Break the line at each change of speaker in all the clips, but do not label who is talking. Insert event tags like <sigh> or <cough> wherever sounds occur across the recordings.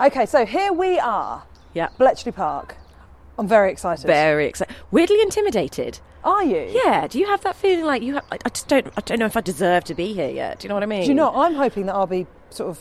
Okay, so here we are,
Yeah.
Bletchley Park. I'm very excited.
Very excited. Weirdly intimidated.
Are you?
Yeah. Do you have that feeling like you? Have, I, I just don't. I don't know if I deserve to be here yet. Do you know what I mean?
Do you know? I'm hoping that I'll be sort of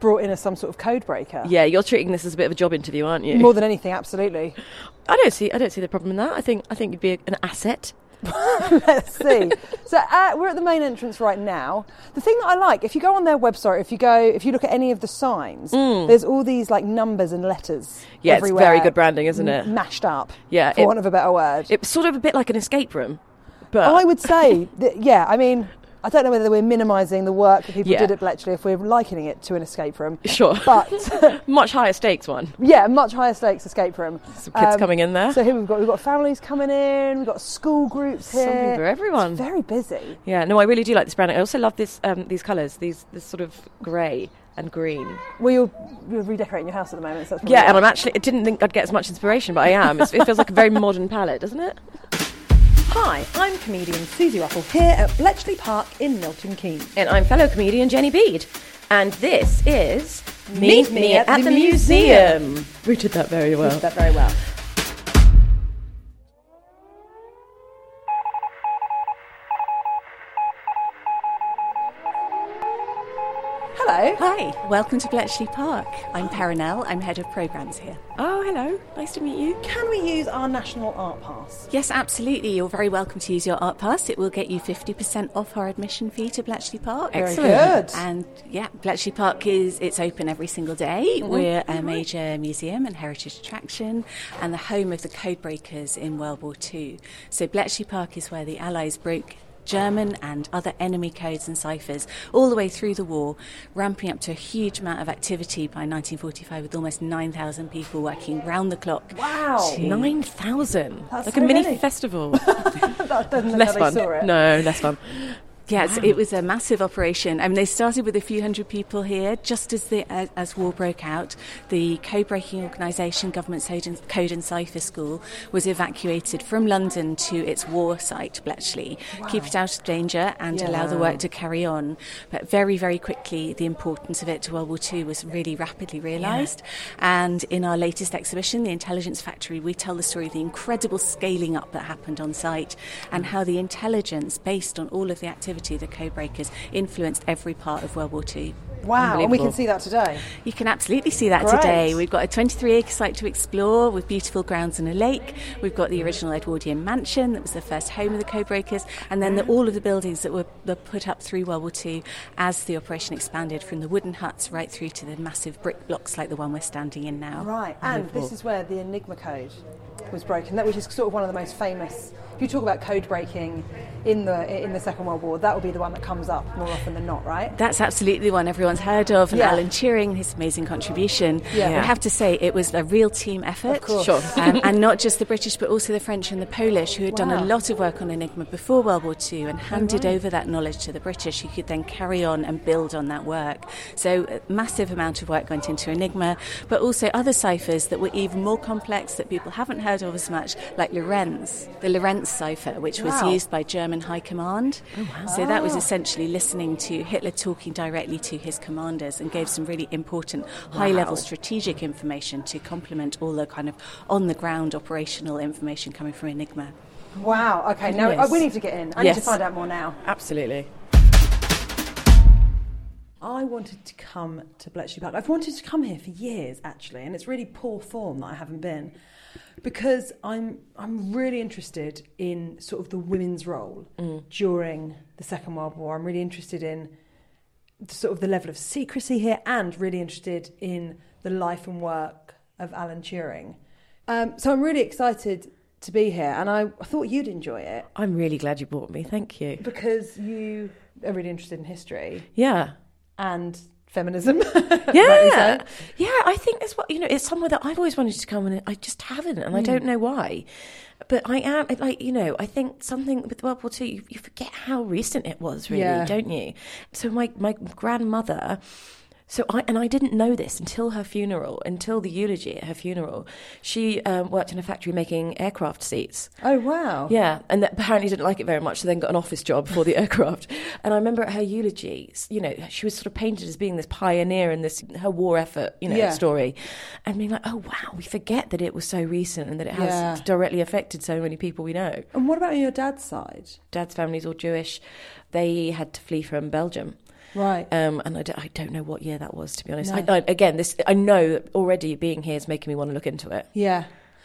brought in as some sort of code breaker.
Yeah, you're treating this as a bit of a job interview, aren't you?
More than anything, absolutely. <laughs>
I don't see. I don't see the problem in that. I think. I think you'd be a, an asset.
Let's see. So uh, we're at the main entrance right now. The thing that I like, if you go on their website, if you go, if you look at any of the signs, there's all these like numbers and letters.
Mm. Yeah, it's
everywhere,
very good branding, isn't it?
m- Mashed up.
Yeah,
for
it-
want of a better word.
It's sort of a bit like an escape room. But
I would say, that, yeah. I mean, I don't know whether we're minimising the work that people
Yeah.
did at Bletchley if we're likening it to an escape room,
<laughs> sure,
<laughs> but
<laughs> much higher stakes one.
yeah, much higher stakes escape room. Um,
Some kids coming in there.
So here we've got we've got families coming in, we've got school groups here.
Something for everyone.
It's very busy.
yeah. No, I really do like this branding. I also love this. Um, these colours. These this sort of grey and green.
Well, you're, you're redecorating your house at the moment, so that's probably
Yeah, and I'm actually. I didn't think I'd get as much inspiration, but I am. It's, it feels like a very <laughs> modern palette, doesn't it?
Hi, I'm comedian Susie Ruffle here at Bletchley Park in Milton Keynes.
And I'm fellow comedian Jenny Bede. And this is
Meet Me at the Museum.
We did that very well.
Did that very well. Hello.
Hi, welcome to Bletchley Park. I'm Perinel, I'm head of programmes here.
Oh, hello. Nice to meet you.
Can we use our national art pass? <laughs>
Yes, absolutely, you're very welcome to use your art pass. It will get you 50% off our admission fee to Bletchley Park.
Good.
And yeah, Bletchley Park is it's open every single
Mm-hmm.
day. We're a major museum and heritage attraction, and the home of the codebreakers in World War II. So Bletchley Park is where the Allies broke. German and other enemy codes and ciphers all the way through the war, ramping up to a huge amount of activity by 1945 with almost 9,000 people working round the clock.
Wow.
to-
9,000.
That's
like
so
a mini
many.
<laughs> festival.
That doesn't
less
they
fun.
saw it.
No, less fun.
Yes, it was a massive operation. I mean, they started with a few hundred people here just as the as, as war broke out. The code-breaking organisation, Government Code and, Code and Cipher School, was evacuated from London to its war site, Bletchley, keep it out of danger and
Yeah.
allow the work to carry on. But very, very quickly, the importance of it to World War II was really rapidly realised. And in our latest exhibition, the Intelligence Factory, we tell the story of the incredible scaling up that happened on site and how the intelligence, based on all of the activity of the code breakers, influenced every part of World War II.
Wow, and we can
Unbelievable.
see that today.
You can absolutely see that
Great.
today. We've got a 23 acre site to explore with beautiful grounds and a lake. We've got the original Edwardian mansion that was the first home of the code breakers, and then the, all of the buildings that were, were put up through World War II as the operation expanded from the wooden huts right through to the massive brick blocks like the one we're standing in now.
Right, and this is where the Enigma code was broken, that which is sort of one of the most famous. If you talk about code breaking in the in the Second World War, that would be the one that comes up more often than not, right?
That's absolutely the one everyone's heard of, and
Yeah.
Alan Turing, his amazing contribution.
Yeah.
I have to say, it was a real team effort. Of
course.
Sure.
um, and not just the British, but also the French and the Polish, who had done
Wow.
a lot of work on Enigma before World War II and handed over that knowledge to the British, who could then carry on and build on that work. So, a massive amount of work went into Enigma, but also other ciphers that were even more complex that people haven't heard of as much, like Lorentz, the Lorentz cipher, which
Wow.
was used by German High Command. So, that was essentially listening to Hitler talking directly to his commanders and gave some really important high level strategic information to complement all the kind of on the ground operational information coming from Enigma.
Wow, okay, now
Goodness.
oh, we need to get in. I need
Yes.
to find out more now.
Absolutely.
I wanted to come to Bletchley Park. I've wanted to come here for years, actually, and it's really poor form that I haven't been because I'm I'm really interested in sort of the women's role during the Second World War. I'm really interested in sort of the level of secrecy here, and really interested in the life and work of Alan Turing. Um, so I'm really excited to be here, and I, I thought you'd enjoy it
I'm really glad you brought me. Thank you.
because you are really interested in history
Yeah.
and feminism. <laughs>
Yeah. Yeah, I think that's what, you know, it's somewhere that I've always wanted to come and I just haven't and I don't know why. But I am, like, you know, I think something with World War II, you, you forget how recent it was, really,
Yeah.
don't you? So my, my grandmother So I and I didn't know this until her funeral, until the eulogy at her funeral. She um, worked in a factory making aircraft seats.
Oh wow.
Yeah, and that apparently didn't like it very much. So then got an office job for the <laughs> aircraft. And I remember at her eulogy, s- you know, she was sort of painted as being this pioneer in this her war effort, you know,
Yeah.
story, and being like, oh wow, we forget that it was so recent and that it has
Yeah.
directly affected so many people we know.
And what about on your dad's side?
Dad's family's all Jewish. They had to flee from Belgium.
Right.
Um, and I don't, I don't know what year that was, to be honest.
No.
I, I, again, this I know that already being here is making me want to look into it.
Yeah,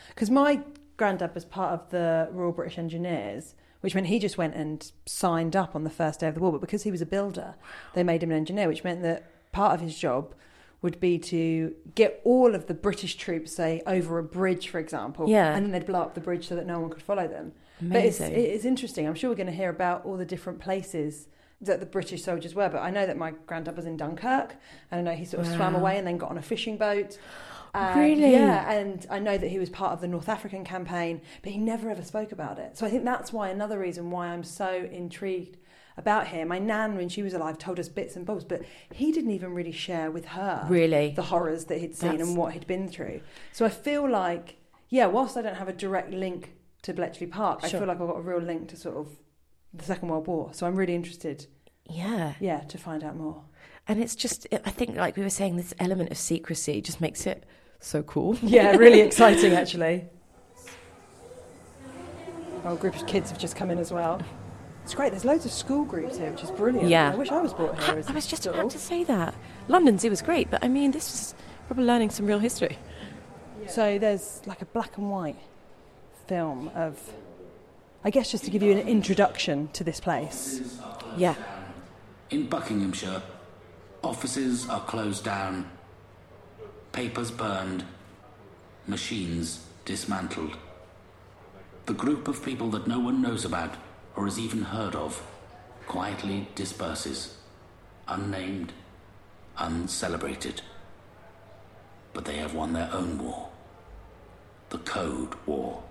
because my granddad was part of the Royal British Engineers, which meant he just went and signed up on the first day of the war. But because he was a builder, they made him an engineer, which meant that part of his job would be to get all of the British troops, say, over a bridge, for example,
Yeah.
and then they'd blow up the bridge so that no one could follow them. But it's,
Amazing.
it's interesting. I'm sure we're going to hear about all the different places that the British soldiers were. But I know that my granddad was in Dunkirk, and I know he sort of swam
Wow.
away and then got on a fishing boat. And,
Really?
Yeah, and I know that he was part of the North African campaign, but he never ever spoke about it. So I think that's why another reason why I'm so intrigued about him. My nan, when she was alive, told us bits and bobs, but he didn't even really share with her
Really?
the horrors that he'd seen
That's-
and what he'd been through. So I feel like, yeah, whilst I don't have a direct link to Bletchley Park, I
Sure.
feel like I've got a real link to sort of the Second World War. So I'm really interested,
Yeah.
yeah, to find out more.
And it's just, I think, like we were saying, this element of secrecy just makes it so <laughs> cool.
Yeah, really exciting actually. Oh, a group of kids have just come in as well. It's great. There's loads of school groups here, which is brilliant.
Yeah.
I wish I was brought
I,
here. As
I was
a
just
school.
about to say that. London Zoo was great, but I mean, this is probably learning some real history.
So there's like a black and white film of, I guess, just to give you an introduction to this place.
Yeah.
In Buckinghamshire, offices are closed down, papers burned, machines dismantled. The group of people that no one knows about or has even heard of quietly disperses, unnamed, uncelebrated. But they have won their own war the Code War.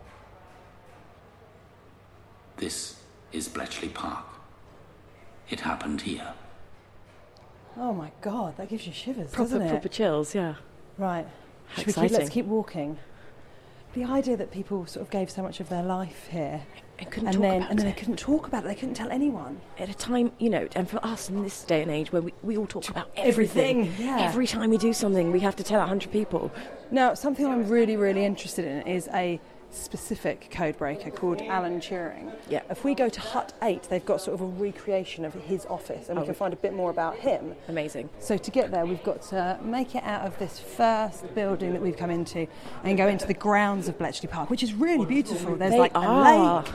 This is Bletchley Park. It happened here.
Oh my god, that gives you shivers,
Proper,
doesn't it?
proper chills, yeah.
Right.
How
Should we keep, let's
exciting.
keep walking. The idea that people sort of gave so much of their life here,
And couldn't
and
talk
then
about
and then
it.
they couldn't talk about it. They couldn't tell anyone.
at a time, you know, and for us in this day and age where we, we all talk about
everything,
everything.
yeah.
Every time we do something, we have to tell 100 people.
Now, something I'm really, really interested in is a specific code breaker called Alan Turing.
Yeah.
If we go to Hut 8, they've got sort of a recreation of his office
Oh.
and we can find a bit more about him.
Amazing.
So to get there, we've got to make it out of this first building that we've come into and go into the grounds of Bletchley Park, which is really beautiful. There's
They
like
are.
a lake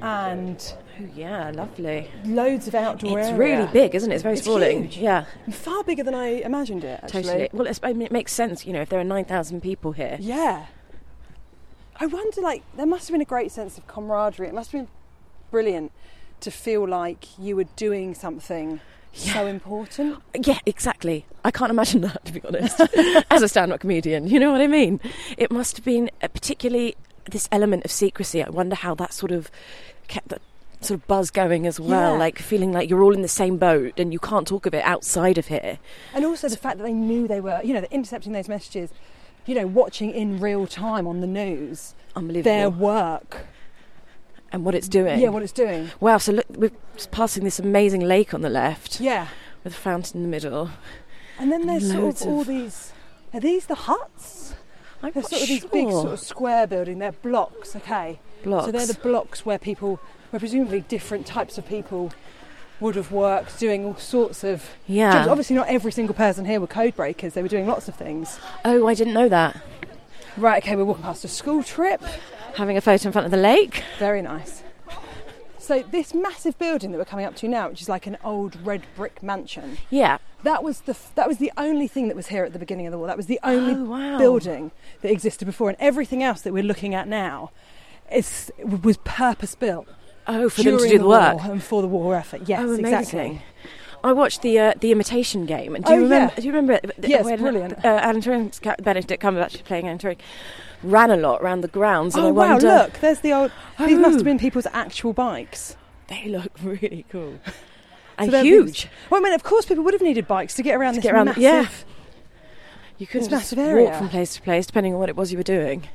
and
Oh, yeah, lovely.
loads of outdoor
It's
area.
really big, isn't it? It's very
It's
sprawling.
huge.
Yeah,
Far bigger than I imagined it, actually.
totally. Well, it's, I mean, it makes sense, you know, if there are 9,000 people here.
Yeah. I wonder, like, there must have been a great sense of camaraderie. It must have been brilliant to feel like you were doing something so important.
Yeah, exactly. I can't imagine <laughs> that, to be honest, as a stand up comedian. You know what I mean? It must have been uh, particularly this element of secrecy. I wonder how that sort of kept that sort of buzz going as well.
Yeah.
Like feeling like you're all in the same boat and you can't talk of it outside of here.
And also the fact that they knew they were, you know, they're intercepting those messages, you know, watching in real time on the news
Unbelievable.
their work.
and what it's doing.
Yeah, what it's doing.
wow, so look, we're just passing this amazing lake on the left
Yeah.
with a fountain in the middle.
And then there's sort
Loads
of
of-
all these. Are these the huts?
I'm
They're
not
sort of these
sure.
big sort of square building. They're blocks, okay.
blocks.
So they're the blocks where people, where presumably different types of people would have worked doing all sorts of
yeah.
jobs. Obviously, not every single person here were code breakers. They were doing lots of things.
Oh, I didn't know that.
Right, okay, we're walking past a school trip.
Having a photo in front of the lake.
Very nice. So, this massive building that we're coming up to now, which is like an old red brick mansion,
Yeah.
that was the, that was the only thing that was here at the beginning of the war. That was the only
Oh, wow.
building that existed before. And everything else that we're looking at now is, was purpose built.
Oh, for
during
them to do the work.
war and for the war effort. Yes,
oh, amazing.
exactly.
I watched the uh, the Imitation Game, and do
Oh,
you remember?
yeah.
Do you remember? it? Th-
Yes,
when,
brilliant.
Uh, Alan Turing's ca- Benedict Cumberbatch playing Alan Turing ran a lot around the grounds, and
oh
I
wow!
wonder
Look, there's the old. These must
Oh. <laughs>
have been people's actual bikes.
they look really cool. and
there have been-
huge.
Well, I mean, of course, people would have needed bikes to get around this
get around-
massive.
yeah. You couldn't
It's
just
massive
walk
area.
from place to place, depending on what it was you were doing.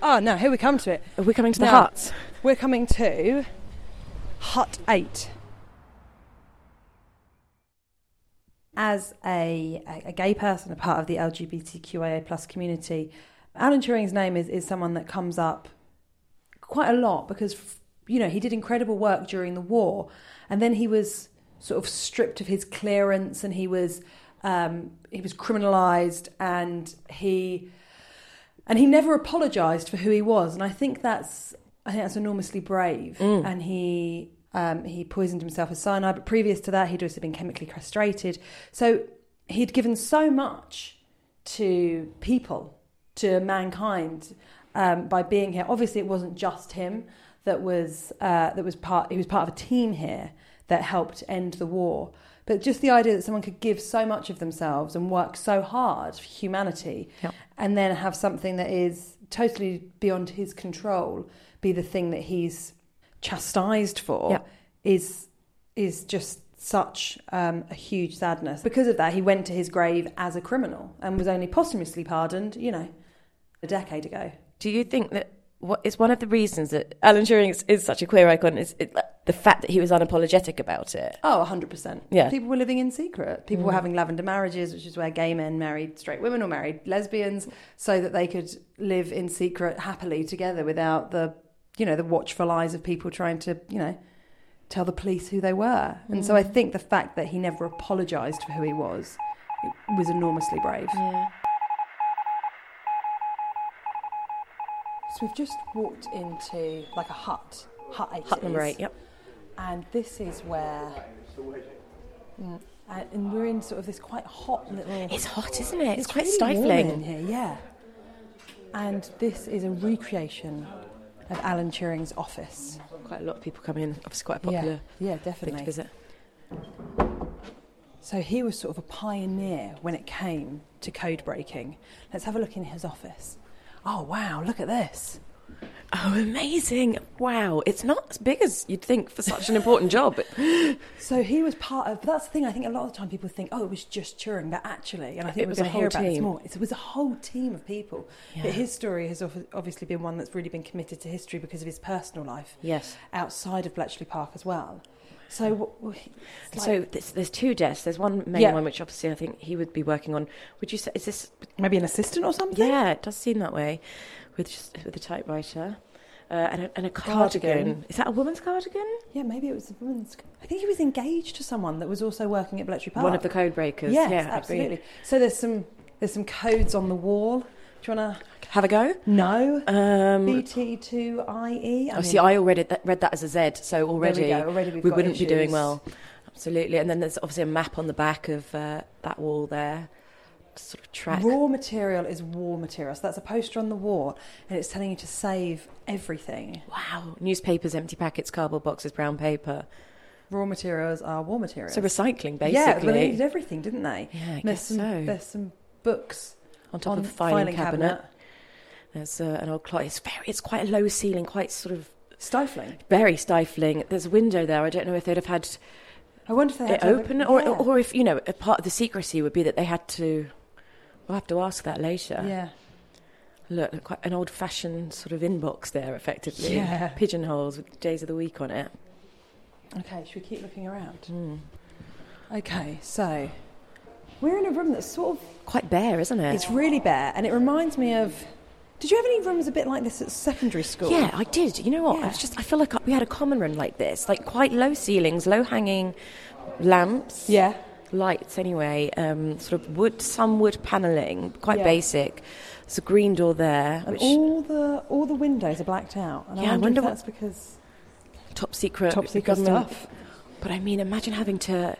Oh no, here we come to it.
Are we coming to the
No.
huts?
We're coming to Hut 8. As a, a gay person, a part of the LGBTQIA plus community, Alan Turing's name is, is someone that comes up quite a lot because, f- you know, he did incredible work during the war and then he was sort of stripped of his clearance and he was, um, he was criminalized and he and he never apologized for who he was and i think that's i think that's enormously brave and he um, he poisoned himself with cyanide but previous to that he'd also been chemically castrated so he'd given so much to people to mankind um, by being here obviously it wasn't just him that was uh, that was part he was part of a team here that helped end the war but just the idea that someone could give so much of themselves and work so hard for humanity
Yeah.
and then have something that is totally beyond his control be the thing that he's chastised for
Yeah.
is is just such um, a huge sadness. Because of that, he went to his grave as a criminal and was only posthumously pardoned, you know, a decade ago.
Do you think that what is one of the reasons that Alan Turing is, is such a queer icon is it, the fact that he was unapologetic about it?
Oh, 100%.
Yeah. Mm.
People were living in secret. People were having lavender marriages, which is where gay men married straight women or married lesbians so that they could live in secret happily together without the, you know, the watchful eyes of people trying to, you know, tell the police who they were. And so I
Mm.
think the fact that he never apologized for who he was was enormously brave.
Yeah.
So we've just walked into like a hut, hut eight.
Hut
it
number
is.
eight. Yep.
And this is where, Mm, and- and we're in sort of this quite hot little.
It's hot, isn't it? It's, quite
really warm
stifling.
in here, yeah. And this is a recreation of Alan Turing's office.
Quite a lot of people come in. Obviously, quite a popular
yeah, yeah,
thing to
definitely.
visit.
So he was sort of a pioneer when it came to code breaking. Let's have a look in his office. Oh wow, look at this.
Oh, amazing! Wow, it's not as big as you'd think for such an important <laughs> job.
So he was part of. That's the thing. I think a lot of the time people think, oh, it was just Turing, but actually, and I think
It
we're
was a
going to hear
whole
about this
team.
more. It was a whole team of people.
Yeah.
But his story has obvi- obviously been one that's really been committed to history because of his personal life.
Yes.
Outside of Bletchley Park as well. So. what- what- it's
so
like-
there's, there's two desks. There's one main
Yeah.
one, which obviously I think he would be working on. Would you say is this?
maybe an assistant or something.
Yeah, it does seem that way, with just with a typewriter. Uh, and, a, and a
Cardigan.
cardigan. Is that a woman's cardigan?
Yeah, maybe it was a woman's. I think he was engaged to someone that was also working at Bletchley Park.
One of the code breakers.
Yes,
yeah, I agree.
absolutely. So there's some there's some codes on the wall. Do you want
Have a go.
to? No.
Um,
BT2IE.
oh, see, I already th- read that as a Z, so already,
go, already we've
we
got
wouldn't be doing
issues.
well. Absolutely. And then there's obviously a map on the back of uh, that wall there, to sort of track.
Raw material is war material. So that's a poster on the wall, and it's telling you to save everything.
Wow, newspapers, empty packets, cardboard boxes, brown paper.
Raw materials are war materials.
So recycling,
Yeah, well, they
basically.
needed everything, didn't they?
Yeah, I
there's
guess
some,
so.
There's some books
on top
on
of the filing, cabinet. There's uh, an old clock. It's very, it's quite a low ceiling, quite sort of
Stifling.
very stifling. There's a window there. I don't know if they'd have had
I wonder if they had
it
to have
open,
a-
or
yeah.
or if you know, a part of the secrecy would be that they had to. We'll have to ask that later.
yeah.
Look, quite an old-fashioned sort of inbox there, effectively.
Yeah.
Pigeonholes with days of the week on it.
Okay, should we keep looking around?
Hmm.
Okay, so we're in a room that's sort of
Quite bare, isn't it?
it's really bare, and it reminds me of. Did you have any rooms a bit like this at secondary school?
Yeah, I did. You know what? I
Yeah.
was just I feel like we had a common room like this, like quite low ceilings, low hanging lamps,
Yeah.
lights anyway, um, sort of wood, some wood paneling, quite
Yeah.
basic. There's a green door there,
And
which
all the all the windows are blacked out. And
Yeah, I
I wonder,
wonder
if
what-
that's because
top secret,
top secret
government-
stuff.
But I mean, imagine having to,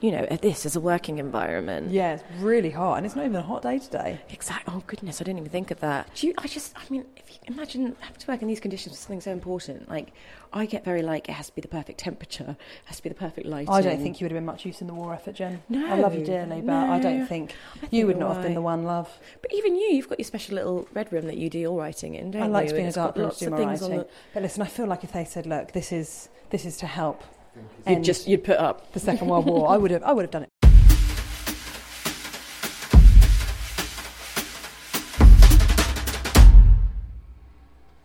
you know, uh, this is a working environment.
Yeah, it's really hot, and it's not even a hot day today.
Exactly. Oh goodness, I didn't even think of that. Do you? I just. I mean, if you imagine having to work in these conditions for something so important, like I get very like it has to be the perfect temperature, it has to be the perfect lighting.
I don't think you would have been much use in the war effort, Jen. I love you
No,
dearly, but I
no.
don't think
I think
you would
you're
not have been
right.
the one, love.
But even you, you've got your special little red room that you do your writing in, don't
I
you?
like to be in a
It's got
dark room to
lots
do
of
my
things on
writing. But listen, I feel like if they said, "Look, this is this is to help
You'd
end
just you'd put up.
the Second World War. I would have, I would have done it.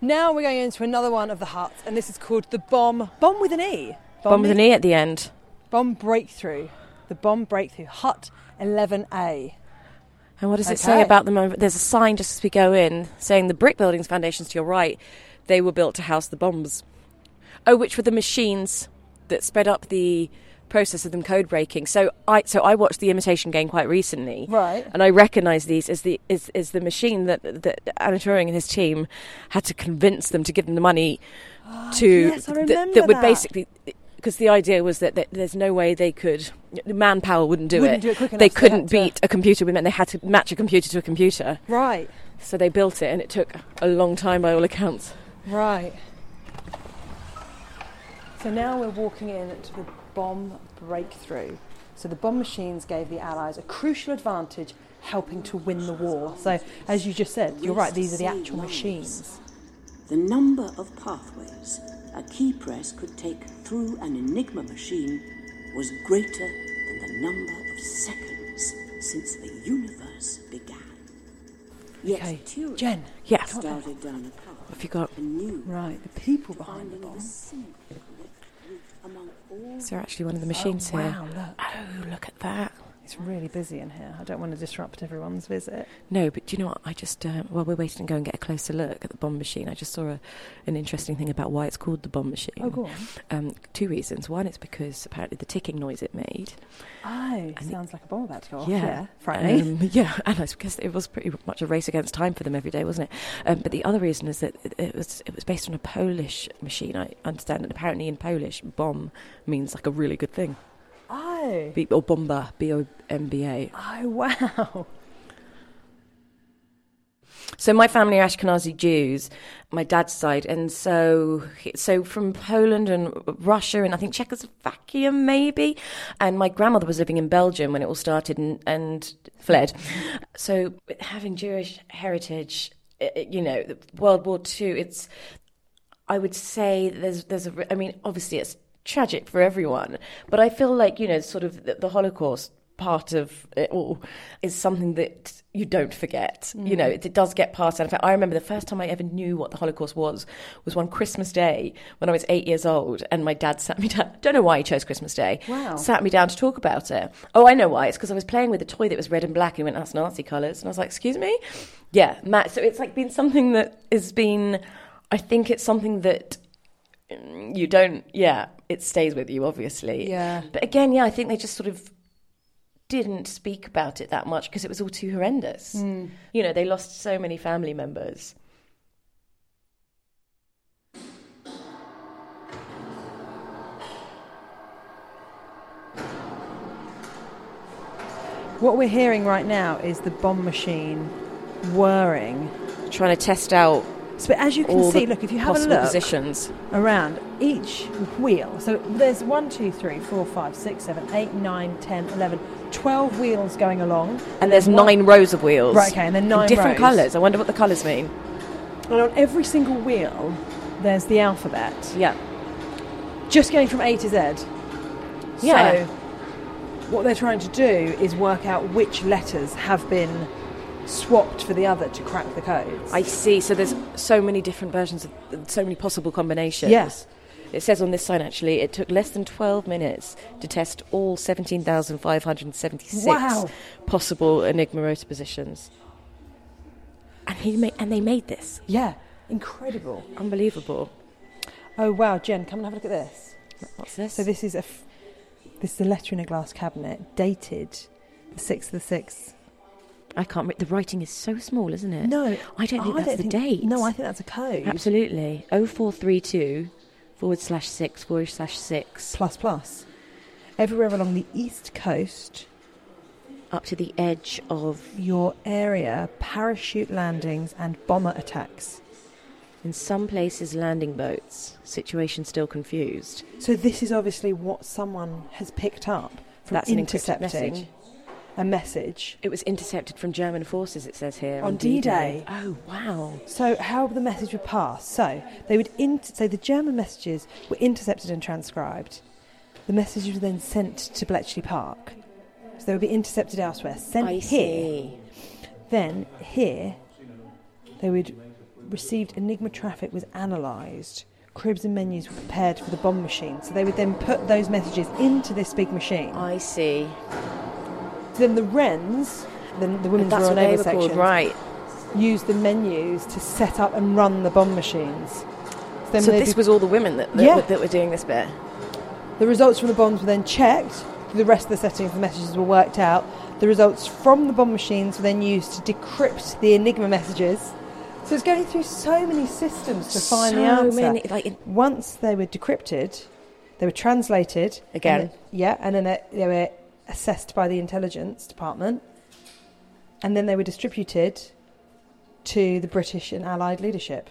Now we're going into another one of the huts, and this is called the bomb. Bomb with an E.
Bomb with an E at the end.
Bomb breakthrough. The bomb breakthrough hut 11A.
And what does it say
Okay.
about the moment? There's a sign just as we go in saying the brick building's foundations to your right, they were built to house the bombs. Oh, which were the machines that sped up the process of them code breaking. So I so I watched the Imitation Game quite recently,
Right.
And I recognise these as the as, as the machine that that Anna Turing and his team had to convince them to give them the money to
Ah, yes, I
that- that,
remember
would
that.
basically. Because the idea was that, that there's no way they could, the manpower wouldn't do
Wouldn't
it.
do it quick enough,
they
so they had
couldn't
to-
beat a computer would meant they had to match a computer to a computer.
Right,
So they built it and it took a long time by all accounts.
right. So now we're walking in to the bomb breakthrough. So the bomb machines gave the Allies a crucial advantage, helping to win the war. So, as you just said, you're right, these are the actual machines.
The number of pathways a key press could take through an Enigma machine was greater than the number of seconds since the universe began. Yet
Okay,
Turing
Jen.
Yes. What
started down a path
have you got?
anew,
Right, the people behind the
finding the
bomb.
single correct route among all
Is there actually one of the machines here?
Wow, look,
Oh, look at that.
it's really busy in here. I don't want to disrupt everyone's visit.
No, but do you know what? I just, uh, while we're waiting to go and get a closer look at the bomb machine, I just saw a, an interesting thing about why it's called the bomb machine.
Oh, go on.
Um, two reasons. One, it's because apparently the ticking noise it made.
Oh,
the-
sounds like a bomb about to go off. Oh,
Yeah,
frightening.
Um, <laughs> yeah, and I guess it was pretty much a race against time for them every day, wasn't it? Um, but the other reason is that it- it was it was based on a Polish machine. I understand, and apparently in Polish, bomb means like a really good thing,
oh,
Be- or bomba, b o m b a.
oh, wow.
So my family are Ashkenazi Jews, my dad's side, and so so from Poland and Russia and I think Czechoslovakia maybe, and my grandmother was living in Belgium when it all started and, and fled. So having Jewish heritage, i- i- you know, World War Two, it's I would say there's there's a re- I mean obviously it's tragic for everyone, but I feel like you know sort of the, the Holocaust part of it all is something that you don't forget. You know it, it does get passed down. In fact, I remember the first time I ever knew what the Holocaust was was one Christmas Day when I was eight years old, and my dad sat me down. <laughs> Don't know why he chose Christmas Day.
Wow.
Sat me down to talk about it. Oh, I know why. It's because I was playing with a toy that was red and black, and he went, "That's Nazi colours," and I was like, "Excuse me." Yeah, Matt. So it's like been something that has been. I think it's something that mm, you don't. Yeah, it stays with you, obviously.
Yeah.
But again, yeah, I think they just sort of didn't speak about it that much because it was all too horrendous.
Hmm.
You know, they lost so many family members.
What we're hearing right now is the bomb machine whirring.
Trying to test out
So as you can
all
see,
the
look, if you have a
possible
look
positions.
around each wheel, so there's one, two, three, four, five, six, seven, eight, nine, ten, eleven, twelve wheels going along.
And there's
one-
nine rows of wheels.
Right, okay, and then
In
nine
different
rows.
colours. I wonder what the colours mean.
And on every single wheel, there's the alphabet.
Yeah.
Just going from A to Z.
Yeah.
So what they're trying to do is work out which letters have been swapped for the other to crack the codes.
I see. So there's so many different versions of so many possible combinations.
Yes.
It says on this sign actually, it took less than 12 minutes to test all 17,576
Wow.
possible Enigma rotor positions. And he made, and they made this.
yeah, incredible.
Unbelievable.
Oh wow, Jen, come and have a look at this.
What's this?
So this is a f- this is a letter in a glass cabinet dated the sixth of the sixth.
I can't read. The writing is so small, isn't it?
No,
I don't think that's the
think-
date.
No, I think that's a code.
Absolutely. 0432 forward slash 6 forward slash 6
Plus plus. Everywhere along the east coast,
up to the edge of
your area, parachute landings and bomber attacks.
In some places, landing boats. Situation still confused.
So this is obviously what someone has picked up from
That's an encrypted
intercepting
message.
a message.
It was intercepted from German forces, it says here.
On D-Day.
Oh, wow.
So how the message would pass? So they would inter- so the German messages were intercepted and transcribed, The message was then sent to Bletchley Park. So they would be intercepted elsewhere, sent
I
here.
see.
Then here, they would received Enigma traffic was analysed. Cribs and menus were prepared for the bomb machine. So they would then put those messages into this big machine.
I see.
Then the Wrens, then the women's
That's
Royal
what they
Naval
were called,
section,
right?
used the menus to set up and run the bomb machines. So, then
So
they'd
this
be-
was all the women that, that,
Yeah.
were, that were doing this bit.
The results from the bombs were then checked. The rest of the settings, the messages were worked out. The results from the bomb machines were then used to decrypt the Enigma messages. So it's going through so many systems to find the
So
answer.
many, like-
Once they were decrypted, they were translated
Again.
and then- yeah, and then they, they were assessed by the intelligence department, and then they were distributed to the British and Allied leadership.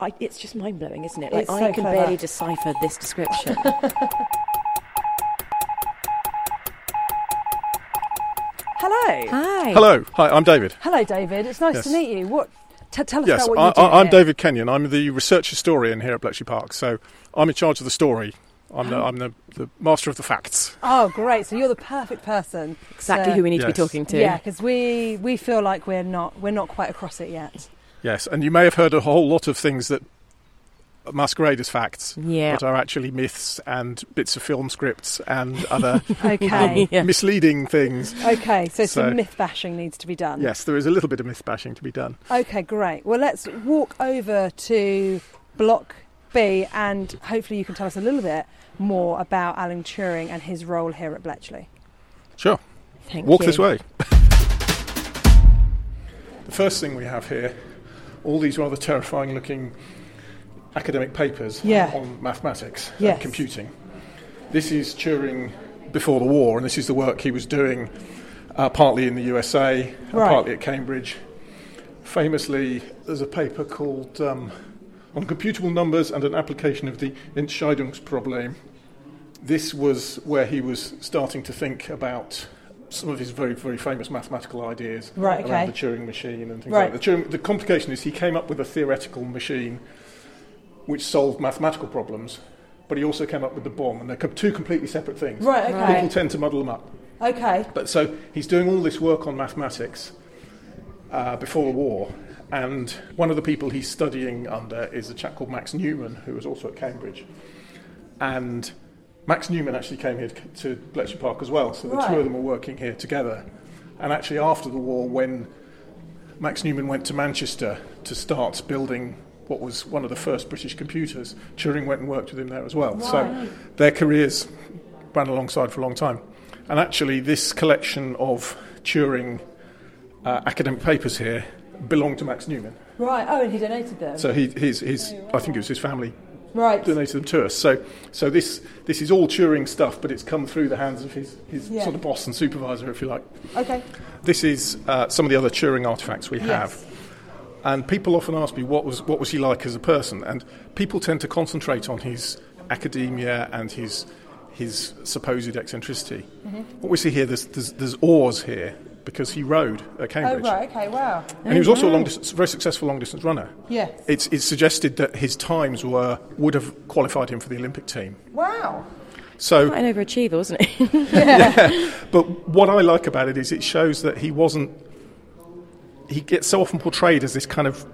I, it's just mind blowing, isn't it? Like
It's
I
so
can
clever.
barely decipher
<laughs>
this description.
Hello,
Hi.
Hello. Hi, I'm David.
hello, David. It's nice
Yes.
to meet you. What? T- tell us
Yes,
about what
I,
you do.
I, I'm
here.
David Kenyon. I'm the research historian here at Bletchley Park. So I'm in charge of the story. I'm, the, I'm the, the master of the facts.
Oh, great! So you're the perfect person.
Exactly who we need to be
Yes.
talking to.
Yeah, because we we feel like we're not we're not quite across it yet.
Yes, and you may have heard a whole lot of things that masquerade as facts,
Yeah.
but are actually myths and bits of film scripts and
<laughs>
other <laughs>
Okay,
Yeah.
misleading things.
okay. So,
Um, So-
some myth bashing needs to be done.
Yes, there is a little bit of myth bashing to be done.
Okay, great. Well, let's walk over to Block B, and hopefully you can tell us a little bit more about Alan Turing and his role here at Bletchley.
Sure.
Thank
Walk
you.
this way. the first thing we have here, all these rather terrifying looking academic papers
Yeah.
on mathematics
Yes.
and computing. This is Turing before the war, and this is the work he was doing uh, partly in the USA and
Right.
partly at Cambridge. Famously, there's a paper called um, On Computable Numbers and an Application of the Entscheidungsproblem this was where he was starting to think about some of his very, very famous mathematical ideas
Right, okay.
around the Turing machine and things
Right.
like that. The, Turing, the complication is he came up with a theoretical machine which solved mathematical problems, but he also came up with the bomb, and they're com- two completely separate things.
Right, okay.
People tend to muddle them up.
Okay.
But so he's doing all this work on mathematics uh, before the war, and one of the people he's studying under is a chap called Max Newman, who was also at Cambridge. And Max Newman actually came here to, to Bletchley Park as well, so the two
Right.
of them were working here together. And actually, after the war, when Max Newman went to Manchester to start building what was one of the first British computers, Turing went and worked with him there as well. So their careers ran alongside for a long time. And actually, this collection of Turing uh, academic papers here belonged to Max Newman.
Right. Oh, and he donated them.
So he, his, his, I think it was his family
right.
donated them to us. So, so this, this is all Turing stuff, but it's come through the hands of his, his
Yeah.
sort of boss and supervisor, if you like.
Okay. Oh,
This is uh, some of the other Turing artifacts we have. And people often ask me, what was, what was he like as a person? And people tend to concentrate on his academia and his, his supposed eccentricity.
Mm-hmm.
What we see here, there's, there's, there's oars here because he rowed at
Oh,
Cambridge.
right. Okay. Wow.
And he was also a long dis- very successful long distance runner.
Yes.
It's, it's suggested that his times were, would have qualified him for the Olympic team.
Wow.
So
Quite an overachiever, wasn't <laughs> he?
<laughs> But what I like about it is it shows that he wasn't. He gets so often portrayed as this kind of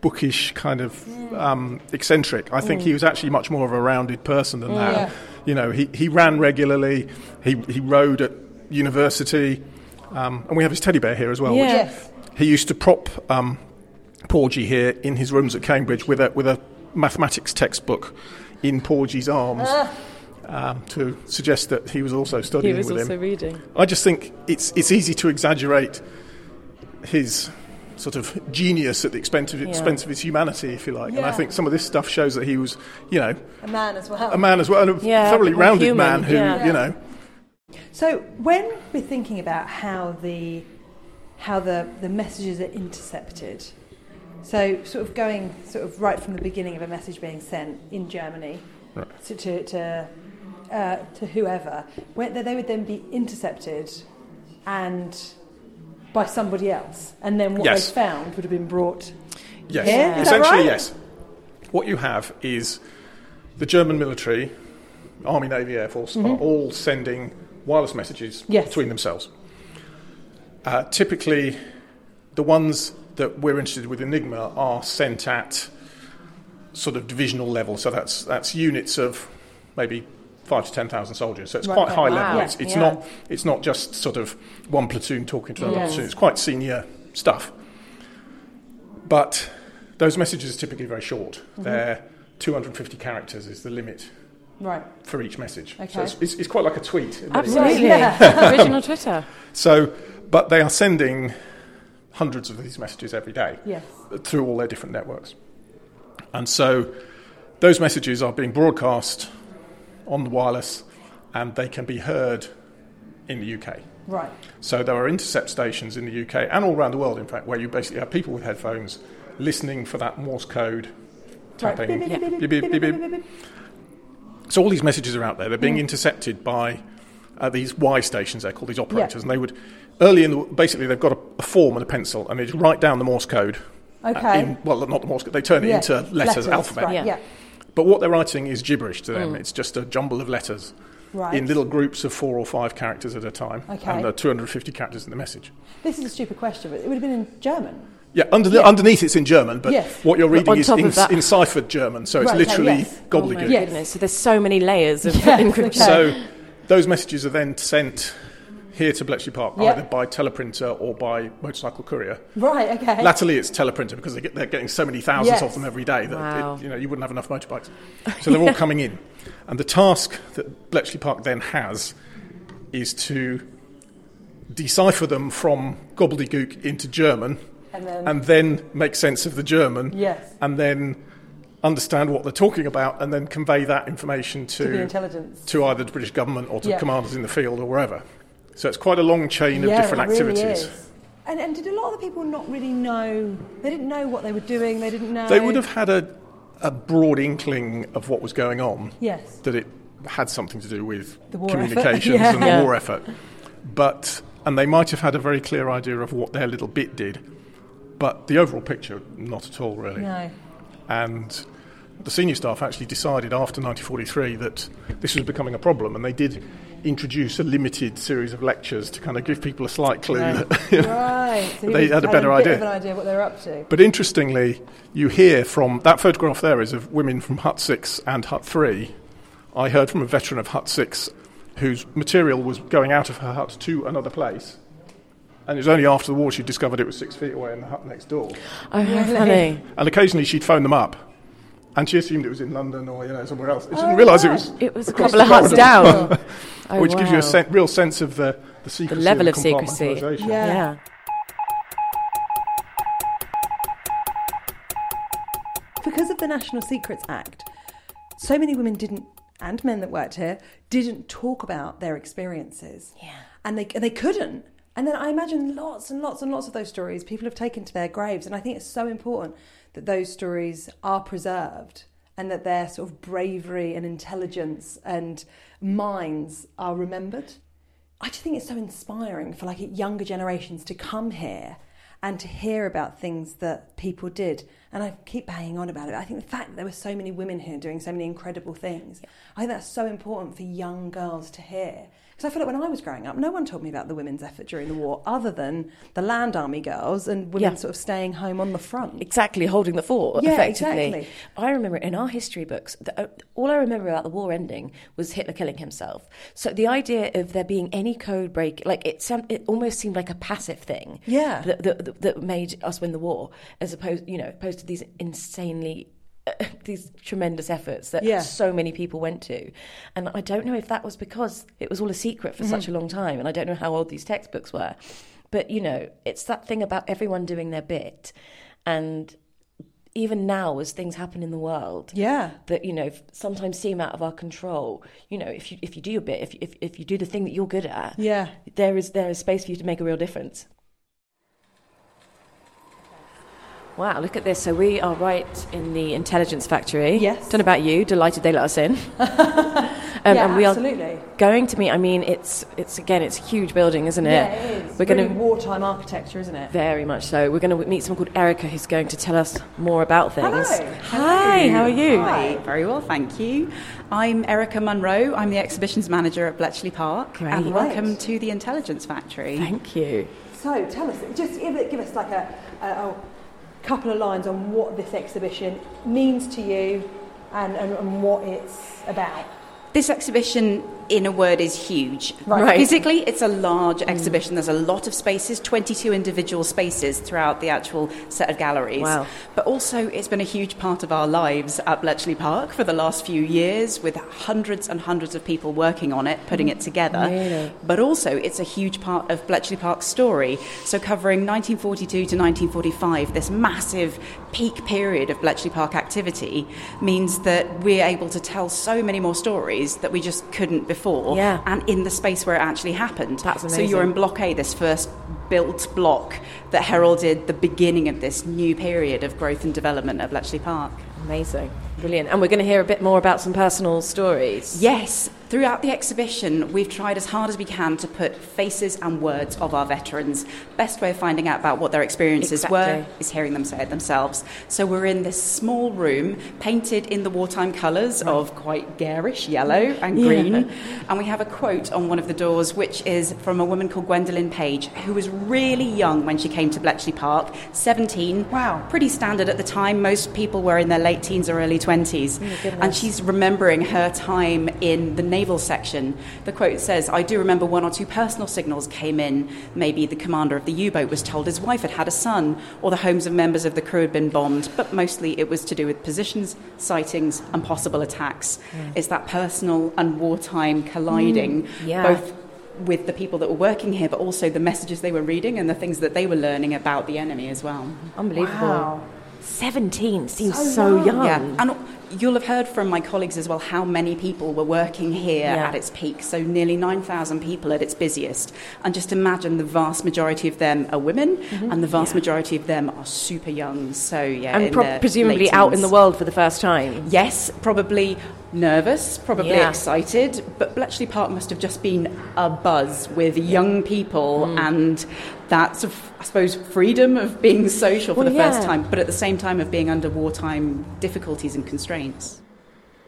bookish, kind of um, eccentric. I think he was actually much more of a rounded person than that.
Mm. Yeah.
You know, he, he ran regularly, he, he rode at university, um, and we have his teddy bear here as well. which-
Yeah.
Yes.
he used to prop um, Porgy here in his rooms at Cambridge with a with a mathematics textbook in Porgy's arms um, to suggest that he was also
Ah. he
studying
was
with
also
him.
reading.
I just think it's it's easy to exaggerate his sort of genius at the expense of, expense of his humanity, if you like. And I
Yeah.
think some of this stuff shows that he was, you know,
A man as well.
a man as well, and a
Yeah,
thoroughly
a
rounded
human,
man who,
yeah.
you know,
So when we're thinking about how the how the, the messages are intercepted, so sort of going sort of right from the beginning of a message being sent in Germany to to to, uh, to whoever, where they they would then be intercepted and by somebody else, and then what
Yes.
they found would have been brought.
Yes.
Yeah? Is that
Essentially,
right?
yes. What you have is the German military Army, Navy, Air Force, are all sending wireless messages
Mm-hmm. Yes.
between themselves. Uh, typically, the ones that we're interested with Enigma are sent at sort of divisional level. So that's that's units of maybe five to ten thousand soldiers. So it's
Right,
quite high
wow.
level.
Yeah,
It's, it's
yeah.
not it's not just sort of one platoon talking to another
Yes.
platoon. It's quite senior stuff. But those messages are typically very short. They're 250 characters is the limit
Right.
for each message.
Okay.
So it's, it's, it's quite like a tweet. in many ways.
Absolutely. <laughs> Original
<laughs>
Twitter.
So, but they are sending hundreds of these messages every day
Yes.
through all their different networks. And so those messages are being broadcast on the wireless and they can be heard in the UK.
Right.
So there are intercept stations in the UK and all around the world, in fact, where you basically have people with headphones listening for that Morse code tapping.
Right. Beep, beep, beep, beep,
Beep,
beep,
beep, beep,
beep, Mm. beep, beep.
So all these messages are out there. They're being intercepted by uh, these Y stations. They're called these operators, and they would early in the, basically they've got a, a form and a pencil, and they just write down the Morse code. uh,
Okay.
in- well, not the Morse code. They turn it
Yeah.
into letters, alphabet.
Right.
Yeah.
Yeah. Mm.
But what they're writing is gibberish to them. It's just a jumble of letters
Right.
in little groups of four or five characters at a time,
Okay.
and there are 250 characters in the message.
This is a stupid question, but it would have been in German.
Yeah, under, underneath it's in German, but
Yes.
what you're reading
on
is
top
in,
of that-
in ciphered German, so it's
Right, okay,
literally
yes.
gobbledygook.
my
Yes.
goodness. So there's so many layers of
Yes,
<laughs> encryption.
okay.
So those messages are then sent here to Bletchley Park
Yep.
either by teleprinter or by motorcycle courier.
Right. Okay.
Latterly, it's teleprinter because they get, they're getting so many thousands of
Yes.
them every day that
Wow.
it, you know you wouldn't have enough motorbikes. So they're all coming in, and the task that Bletchley Park then has is to decipher them from gobbledygook into German,
And then-
and then make sense of the German,
Yes.
and then understand what they're talking about, and then convey that information to,
To the intelligence.
to either the British government or to
Yeah.
commanders in the field or wherever. So it's quite a long chain of
yeah,
different
it really
activities.
is. And, and did a lot of the people not really know? They didn't know what they were doing. They didn't know.
They would have had a, a broad inkling of what was going on,
Yes.
that it had something to do with
The war <laughs>
communications
effort.
and the
Yeah.
war effort. But and they might have had a very clear idea of what their little bit did, but the overall picture, not at all really.
No.
And the senior staff actually decided after 1943 that this was becoming a problem, and they did introduce a limited series of lectures to kind of give people a slight clue. that- <laughs>
Right. So
They
he
had a
had
better
a bit
idea.
Of an idea what they were up to.
but interestingly, you hear from that photograph there is of women from Hut 6 and Hut 3. I heard from a veteran of Hut 6 whose material was going out of her hut to another place. And it was only after the war she discovered it was six feet away in the hut next door.
Oh, how funny.
And occasionally she'd phone them up. And she assumed it was in London or you know, somewhere else. She didn't realise it was
It was a
Across
couple of
the
hearts
road.
down. Oh,
which gives you
wow.
a sen- real sense of uh, the, the secrecy, and
level of secrecy.
compartmentalisation.
Yeah.
Yeah.
Because of the National Secrets Act, so many women didn't, and men that worked here, didn't talk about their experiences. Yeah. And they, and they couldn't. And then I imagine lots and lots and lots of those stories people have taken to their graves. And I think it's so important that those stories are preserved and that their sort of bravery and intelligence and minds are remembered. I just think it's so inspiring for like younger generations to come here and to hear about things that people did. And I keep banging on about it. I think the fact that there were so many women here doing so many incredible things, I think that's so important for young girls to hear. Because I feel like when I was growing up, no one told me about the women's effort during the war other than the land army girls and women
Yeah.
sort of staying home on the front.
Exactly, holding the fort
Yeah,
effectively.
exactly.
I remember in our history books, the, uh, all I remember about the war ending was Hitler killing himself. So the idea of there being any code break, like it, sound, it almost seemed like a passive thing.
Yeah.
that, that, that made us win the war, as opposed, you know, opposed to these insanely. <laughs> These tremendous efforts that
Yeah.
so many people went to. And I don't know if that was because it was all a secret for such a long time. And I don't know how old these textbooks were. But, you know, it's that thing about everyone doing their bit. And even now as things happen in the world
Yeah.
that you know f- sometimes seem out of our control you know if you if you do your bit if if, if you do the thing that you're good at
Yeah.
there is there is space for you to make a real difference Wow, look at this. So we are right in the intelligence factory.
Yes.
Don't know about you. Delighted they let
<laughs>
us in. um,
yeah,
and we
absolutely.
are going to meet. I mean, it's it's again, it's a huge building, isn't it?
Yeah, it is.
We're
really
going to
wartime architecture, isn't it?
very much so. We're going to meet someone called Erica, who's going to tell us more about things.
Hello.
Hi. How are you?
Hi, very well, thank you. I'm Erica Munro. I'm the exhibitions manager at Bletchley Park.
Great.
And welcome
Right.
to the Intelligence Factory.
Thank you.
So tell us, just give, it- give us like a, a, a couple of lines on what this exhibition means to you and, and, and what it's about.
This exhibition, in a word, is huge.
Right. Right.
Physically, it's a large exhibition. There's a lot of spaces, 22 individual spaces throughout the actual set of galleries.
Wow.
But also, it's been a huge part of our lives at Bletchley Park for the last few years, with hundreds and hundreds of people working on it, putting it together.
Really?
But also, it's a huge part of Bletchley Park's story. So, covering 1942 to 1945, this massive peak period of Bletchley Park activity means that we're able to tell so many more stories that we just couldn't before.
Yeah.
And in the space where it actually happened.
That's
So, you're
amazing.
in Block A, this first built block that heralded the beginning of this new period of growth and development at Bletchley Park.
Amazing. Brilliant. And we're going to hear a bit more about some personal stories.
Yes, throughout the exhibition, we've tried as hard as we can to put faces and words of our veterans. Best way of finding out about what their experiences were
Exactly.
is hearing them say it themselves. So we're in this small room painted in the wartime colours of quite garish yellow and green. And we have a quote on one of the doors, which is from a woman called Gwendolyn Page, who was really young when she came to Bletchley Park, 17.
Wow.
Pretty standard at the time. Most people were in their late teens or early 20s. and she's remembering her time in the naval section. The quote says, I do remember one or two personal signals came in. Maybe the commander of the U boat was told his wife had had a son, or the homes of members of the crew had been bombed, but mostly it was to do with positions, sightings, and possible attacks. It's that personal and wartime colliding,
yeah.
both with the people that were working here, but also the messages they were reading and the things that they were learning about the enemy as well.
Unbelievable. 17 seems so,
young.
young.
Oh, Yeah, and you'll have heard from my colleagues as well how many people were working here
Yeah.
at its peak. So nearly 9,000 people at its busiest. And just imagine the vast majority of them are women, and the vast majority of them are super young. So yeah,
Mm-hmm. And
in
prob-
their
presumably
late
out in
teens.
the world for the first time.
Yes, probably nervous, probably
Yeah.
excited, but Bletchley Park must have just been a buzz with young people
Hmm.
and that sort of, I suppose, freedom of being social for
Well,
the first
yeah.
time, but at the same time of being under wartime difficulties and constraints.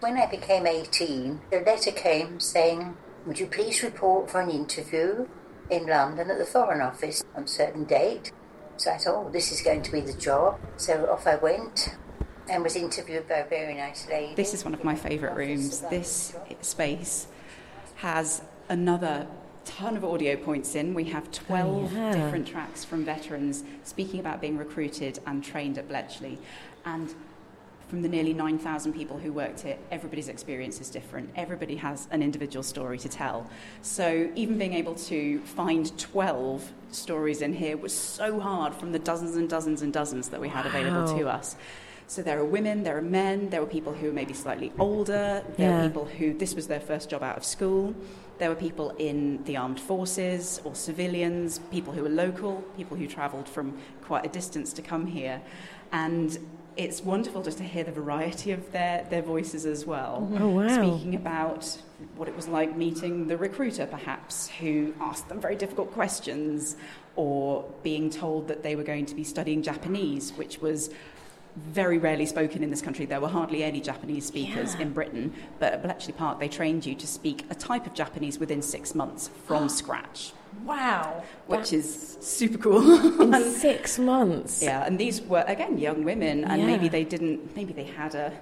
When I became 18, a letter came saying, Would you please report for an interview in London at the Foreign Office on a certain date? So I thought, Oh, this is going to be the job. So off I went and was interviewed by a very nice lady.
This is one of my favourite rooms. This space has another ton of audio points in. We have 12
Oh, yeah.
different tracks from veterans speaking about being recruited and trained at Bletchley. And from the nearly 9,000 people who worked here, everybody's experience is different. Everybody has an individual story to tell. So even being able to find 12 stories in here was so hard from the dozens and dozens and dozens that we had available
Wow.
to us. So there are women, there are men, there were people who were maybe slightly older, there
Yeah.
were people who this was their first job out of school, there were people in the armed forces or civilians, people who were local, people who travelled from quite a distance to come here. And it's wonderful just to hear the variety of their, their voices as well.
Oh, wow.
Speaking about what it was like meeting the recruiter, perhaps, who asked them very difficult questions, or being told that they were going to be studying Japanese, which was very rarely spoken in this country. There were hardly any Japanese speakers in Britain, but at Bletchley Park, they trained you to speak a type of Japanese within six months from scratch,
Wow.
which is super cool.
<laughs>
<laughs>
In six months.
Yeah, and these were again young women, and
Yeah.
maybe they didn't, maybe they had a,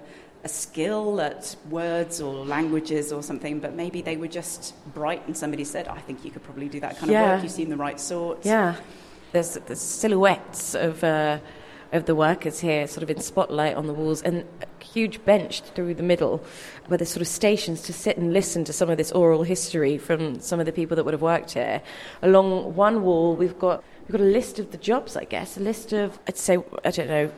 a skill at words or languages or something, but maybe they were just bright, and somebody said, "I think you could probably do that kind of
Yeah.
work. You seem the right sort."
Yeah. There's, there's silhouettes of, uh, of the workers here, sort of in spotlight on the walls, and a huge bench through the middle where there's sort of stations to sit and listen to some of this oral history from some of the people that would have worked here. Along one wall, we've got, we've got a list of the jobs, I guess, a list of, I'd say, I don't know,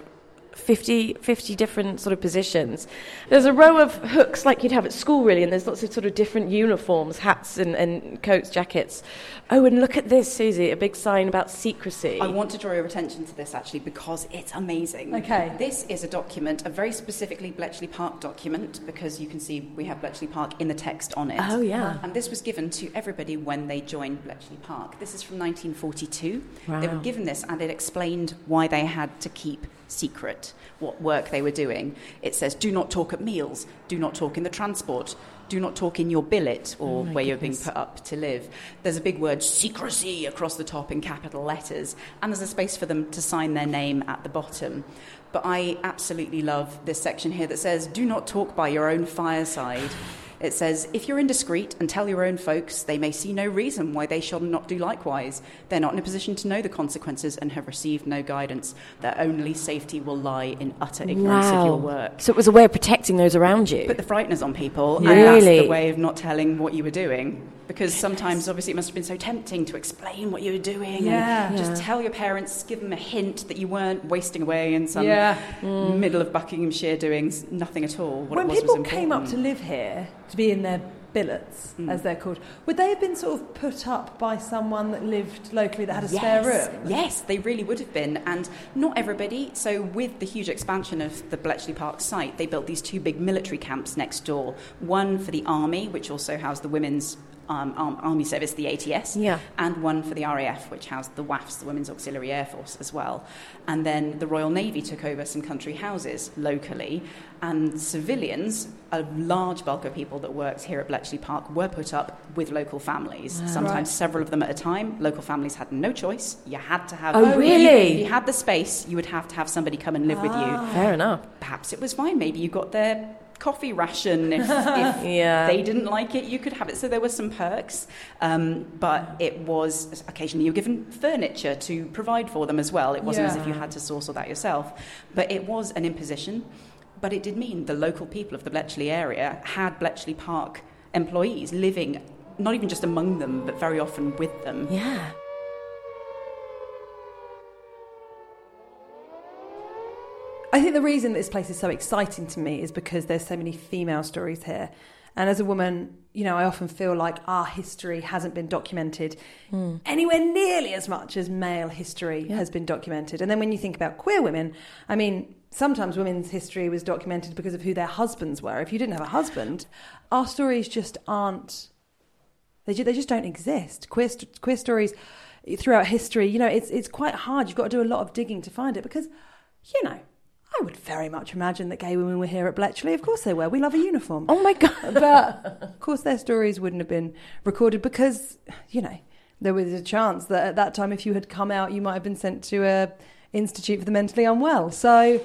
50, 50 different sort of positions. There's a row of hooks like you'd have at school, really, and there's lots of sort of different uniforms, hats and, and coats, jackets. Oh, and look at this, Susie, a big sign about secrecy.
I want to draw your attention to this actually because it's amazing.
Okay.
This is a document, a very specifically Bletchley Park document, because you can see we have Bletchley Park in the text on it.
Oh, yeah.
And this was given to everybody when they joined Bletchley Park. This is from 1942. They were
Wow.
given this and it explained why they had to keep secret what work they were doing. It says, do not talk at meals, do not talk in the transport. Do not talk in your billet or where you're being put up to live. There's a big word, secrecy, across the top in capital letters, and there's a space for them to sign their name at the bottom. But I absolutely love this section here that says, Do not talk by your own fireside. It says, If you're indiscreet and tell your own folks, they may see no reason why they shall not do likewise. They're not in a position to know the consequences and have received no guidance. Their only safety will lie in utter ignorance of your work.
So it was a way of protecting those around you.
Put the frighteners on people, and that's the
Really?
way of not telling what you were doing. Because sometimes, obviously, it must have been so tempting to explain what you were doing.
Yeah.
And just
Yeah.
tell your parents, give them a hint that you weren't wasting away in some
Yeah. Mm.
middle of Buckinghamshire doing s- nothing at all. What it
when
was
people
was
came up to
important. Mm.
live here, to be in their billets, as they're called, would they have been sort of put up by someone that lived locally that had a
Yes,
spare room?
Yes, they really would have been. And not everybody. So, with the huge expansion of the Bletchley Park site, they built these two big military camps next door one for the army, which also housed the women's. Um, Arm- Army Service, the ATS,
Yeah.
and one for the RAF, which housed the WAFs, the Women's Auxiliary Air Force, as well. And then the Royal Navy took over some country houses locally, and civilians, a large bulk of people that worked here at Bletchley Park, were put up with local families, sometimes several of them at a time. Local families had no choice. You had to have.
Oh,
if you-
really? Ah.
If you had the space, you would have to have somebody come and live with you.
Fair enough.
Perhaps it was fine. Maybe you got their coffee
<laughs>
ration if, if
Yeah.
they didn't like it, you could have it. So there were some perks, um, but it was occasionally you were given furniture to provide for them as well. It wasn't as if you had to source all that yourself, but it was an imposition. But it did mean the local people of the Bletchley area had Bletchley Park employees living, not even just among them, but very often with them.
yeah.
I think the reason that this place is so exciting to me is because there's so many female stories here. And as a woman, you know, I often feel like our history hasn't been documented anywhere nearly as much as male history has been documented. And then when you think about queer women, I mean, sometimes women's history was documented because of who their husbands were. If you didn't have a husband, our stories just aren't they just, they just don't exist. Queer, st- queer stories throughout history, you know, it's, it's quite hard. You've got to do a lot of digging to find it because, you know, I would very much imagine that gay women were here at Bletchley. Of course they were. We love a uniform.
Oh my
<laughs>
God.
But of course their stories wouldn't have been recorded because, you know, there was a chance that at that time, if you had come out, you might have been sent to a institute for the mentally unwell. So,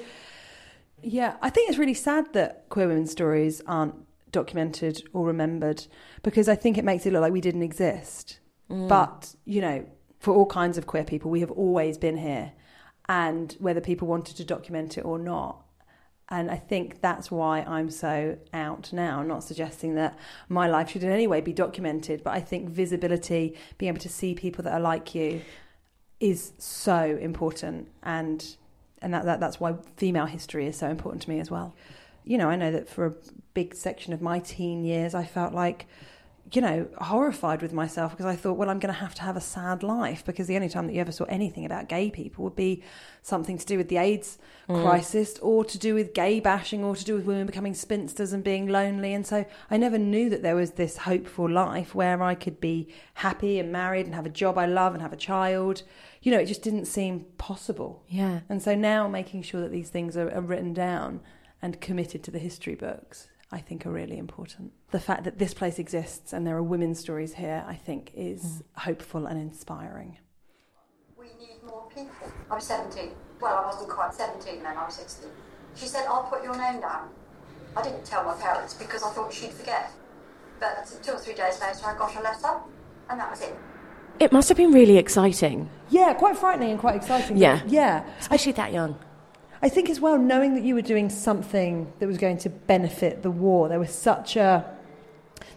yeah, I think it's really sad that queer women's stories aren't documented or remembered because I think it makes it look like we didn't exist. But, you know, for all kinds of queer people, we have always been here. And whether people wanted to document it or not. And I think that's why I'm so out now. I'm not suggesting that my life should in any way be documented, but I think visibility, being able to see people that are like you, is so important and and that, that that's why female history is so important to me as well you know i know that for a big section of my teen years i felt like you know horrified with myself because i thought well i'm going to have to have a sad life because the only time that you ever saw anything about gay people would be something to do with the aids crisis or to do with gay bashing or to do with women becoming spinsters and being lonely and so i never knew that there was this hopeful life where i could be happy and married and have a job i love and have a child you know, it just didn't seem possible.
Yeah.
And so now making sure that these things are, are written down and committed to the history books, I think are really important. The fact that this place exists and there are women's stories here, I think is hopeful and inspiring.
We need more people. I was 17. Well, I wasn't quite 17 then, I was 16. She said, I'll put your name down. I didn't tell my parents because I thought she'd forget. But two or three days later, I got a letter, and that was it.
It must have been really exciting,
Yeah, quite frightening and quite exciting.
Yeah.
Yeah.
especially that young.
I think as well, knowing that you were doing something that was going to benefit the war, there was such a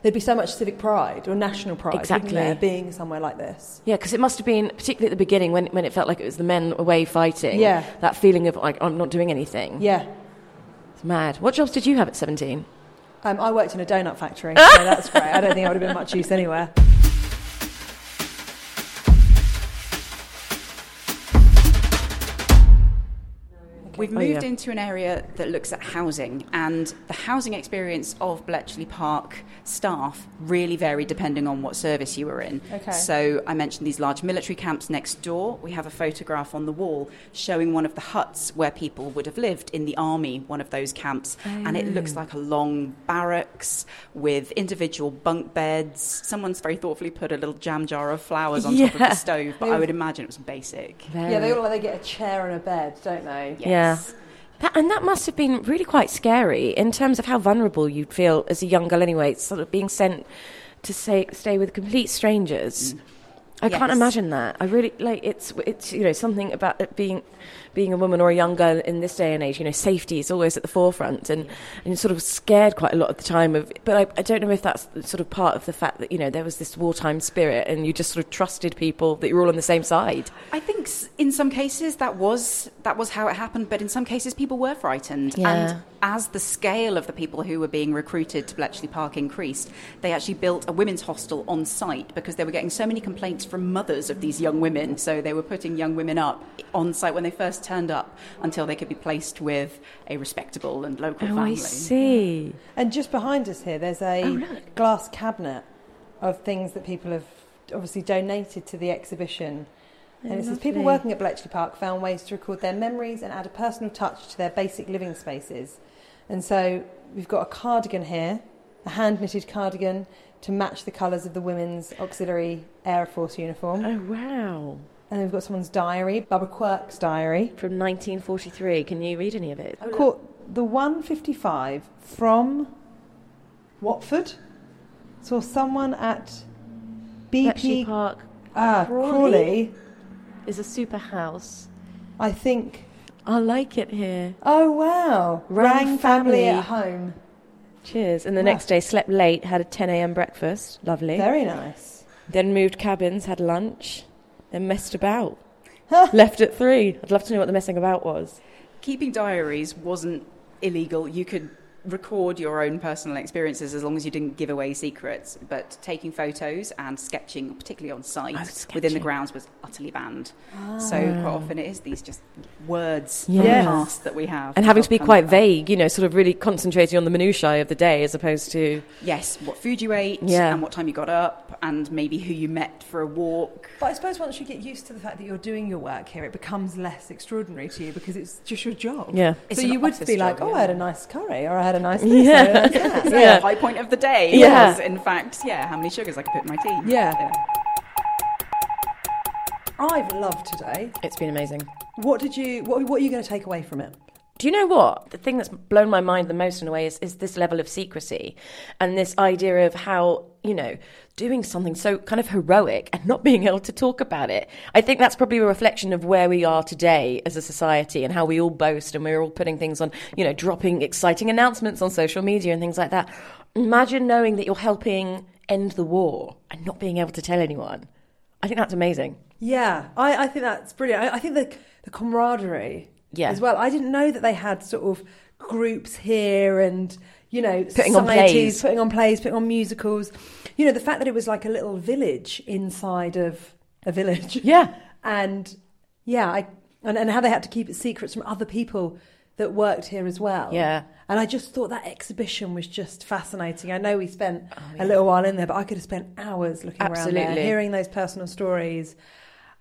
There'd be so much civic pride or national pride, wouldn't
Exactly.
there, being somewhere like this.
Yeah, because it must have been, particularly at the beginning when, when it felt like it was the men away fighting.
Yeah.
That feeling of, like, I'm not doing anything.
Yeah.
It's mad. What jobs did you have at 17?
Um, I worked in a donut
<laughs>
factory, so that's great. I don't think I would have been much use anywhere.
We've
Oh,
moved
yeah.
into an area that looks at housing, and the housing experience of Bletchley Park staff really varied depending on what service you were in.
Okay.
So I mentioned these large military camps next door. We have a photograph on the wall showing one of the huts where people would have lived in the army, one of those camps, and it
Oh.
looks like a long barracks with individual bunk beds. Someone's very thoughtfully put a little jam jar of flowers on top
<laughs>
of
Yeah.
the stove, but I would imagine it was basic.
Yeah, they all they get a chair and a bed, don't they?
Yes.
Yeah. That, and that must have been really quite scary in terms of how vulnerable you'd feel as a young girl, anyway, sort of being sent to say, stay with complete strangers. I can't
Yes.
imagine that. I really like it's it's you know something about it being being a woman or a young girl in this day and age. You know, safety is always at the forefront, and and you're sort of scared quite a lot at the time of. But I, I don't know if that's sort of part of the fact that you know there was this wartime spirit, and you just sort of trusted people that you were all on the same side.
I think s- in some cases that was that was how it happened, but in some cases people were frightened.
Yeah.
And as the scale of the people who were being recruited to Bletchley Park increased, they actually built a women's hostel on site because they were getting so many complaints from mothers of these young women. So they were putting young women up on site when they first turned up until they could be placed with a respectable and local
Oh,
family.
I see.
And just behind us here, there's a glass cabinet of things that people have obviously donated to the exhibition. And it says people working at Bletchley Park found ways to record their memories and add a personal touch to their basic living spaces. And so we've got a cardigan here, a hand knitted cardigan to match the colours of the women's auxiliary air force uniform.
Oh wow.
And we've got someone's diary, Barbara Quirk's diary.
From 1943. Can you read any of it?
Caught the 155 from Watford. Saw someone at
Bletchley
BP
Park
ah,
Crawley?
Crawley.
is a super house.
I think.
I like it here.
Oh wow!
Rang
Rang family
family.
at home.
Cheers. And the
Wow.
next day, slept late, had a 10 a.m. breakfast. Lovely.
Very nice.
Then moved cabins, had lunch, then messed about. Left at three. I'd love to know what the messing about was.
keeping diaries wasn't illegal. You could record your own personal experiences as long as you didn't give away secrets. But taking photos and sketching, particularly on site within the
Oh, sketching. Ah.
grounds, was utterly banned. So quite often it is these just words from
Yes.
the past that we have,
And having to be
Come
quite
back.
vague, you know, sort of really concentrating on the minutiae of the day as opposed to.
Yes, what food you ate
Yeah.
and what time you got up, and maybe who you met for a walk.
But I suppose once you get used to the fact that you're doing your work here, it becomes less extraordinary to you because it's just your job.
Yeah.
It's
so
an
you would
office
be
job,
like, "Oh,
yeah.
I had a nice curry, or I had a <laughs> nice this,
Yeah.
or I had that."
So
Yeah.
the high point of the day
Yeah.
was, in fact, yeah, how many sugars I could put in my tea.
Yeah. I've loved today.
It's been amazing.
What did you? What, what are you going to take away from it?
Do you know what? The thing that's blown my mind the most in a way is, is this level of secrecy and this idea of how, you know, doing something so kind of heroic and not being able to talk about it. I think that's probably a reflection of where we are today as a society and how we all boast and we're all putting things on, you know, dropping exciting announcements on social media and things like that. Imagine knowing that you're helping end the war and not being able to tell anyone. I think that's amazing.
Yeah, I, I think that's brilliant. I, I think the the camaraderie
Yeah.
as well. I didn't know that they had sort of groups here and you know
Putting on
societies,
plays.
putting on plays, putting on musicals. You know, the fact that it was like a little village inside of a village.
Yeah.
<laughs> and yeah, I and, and how they had to keep it secrets from other people that worked here as well.
Yeah.
And I just thought that exhibition was just fascinating. I know we spent a little while in there, but I could have spent hours looking around
Oh, Absolutely.
there, hearing those personal stories,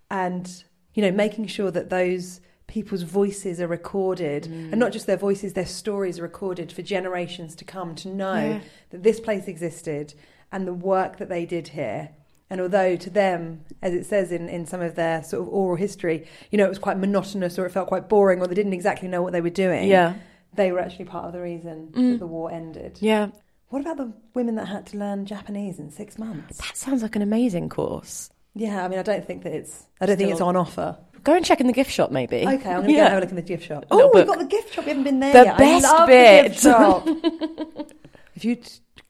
and you know, making sure that those people's voices are recorded,
Mm.
and not just their voices, their stories are recorded for generations to come to know that this place existed and the work that they did here. And although to them, as it says in, in some of their sort of oral history, you know, it was quite monotonous or it felt quite boring or they didn't exactly know what they were doing
Yeah. Mm.
they were actually part of the reason that the war ended.
Yeah.
What about the women that had to learn Japanese in six months?
That sounds like an amazing course.
Yeah, I mean, I don't think that it's. I don't think it's
Still-
on offer.
Go and check in the gift shop, maybe.
Okay, I'm going to go
Yeah.
and have a look in the gift shop.
Little
Oh, we've
book.
got the gift shop. We haven't been there
The
yet.
best <laughs>
I love
bit.
The gift shop. if you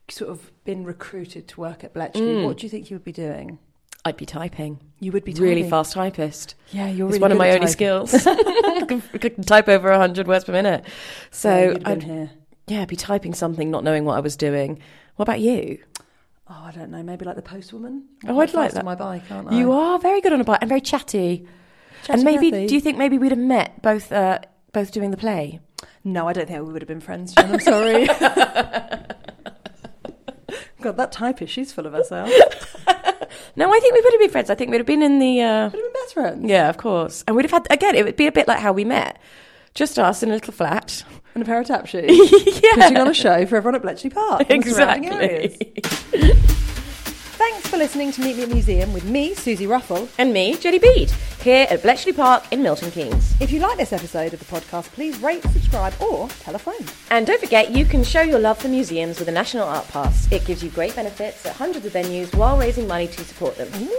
sort of been recruited to work at Bletchley,
Mm.
what do you think you would be doing?
I'd be typing.
You would be
really
typing.
fast typist.
Yeah, you're
it's
really
one of
good
my
at
only
typing.
skills. <laughs>
<laughs>
I can, I can type over hundred words per minute. So
Yeah,
um,
you'd have
I'd
been here.
yeah, I'd be typing something, not knowing what I was doing. What about you?
Oh, I don't know. Maybe like the postwoman.
Oh, I'd like
fast
that.
On my bike, aren't I?
You are very good on a bike and very chatty. and maybe,
Chatty-Cathy.
do you think maybe we'd have met both uh, both doing the play?
No, I don't think we would have been friends, John. I'm
<laughs>
sorry. God, that typist, she's full of herself. Would have
No, I think we would have been friends. I think we'd have been in the. Uh,
been best friends.
yeah, of course. And we'd have had, again, it would be a bit like how we met. Just us in a little flat.
And a pair of <laughs> tap shoes. Putting on a show for everyone at Bletchley Park. and the surrounding areas.
Exactly.
<laughs> Thanks for listening to Meet Me at Museum with me, Susie Ruffle.
And me, Jenny Bede, here at Bletchley Park in Milton Keynes.
If you like this episode of the podcast, please rate, subscribe, or tell a friend.
And don't forget, you can show your love for museums with a National Art Pass. It gives you great benefits at hundreds of venues while raising money to support them.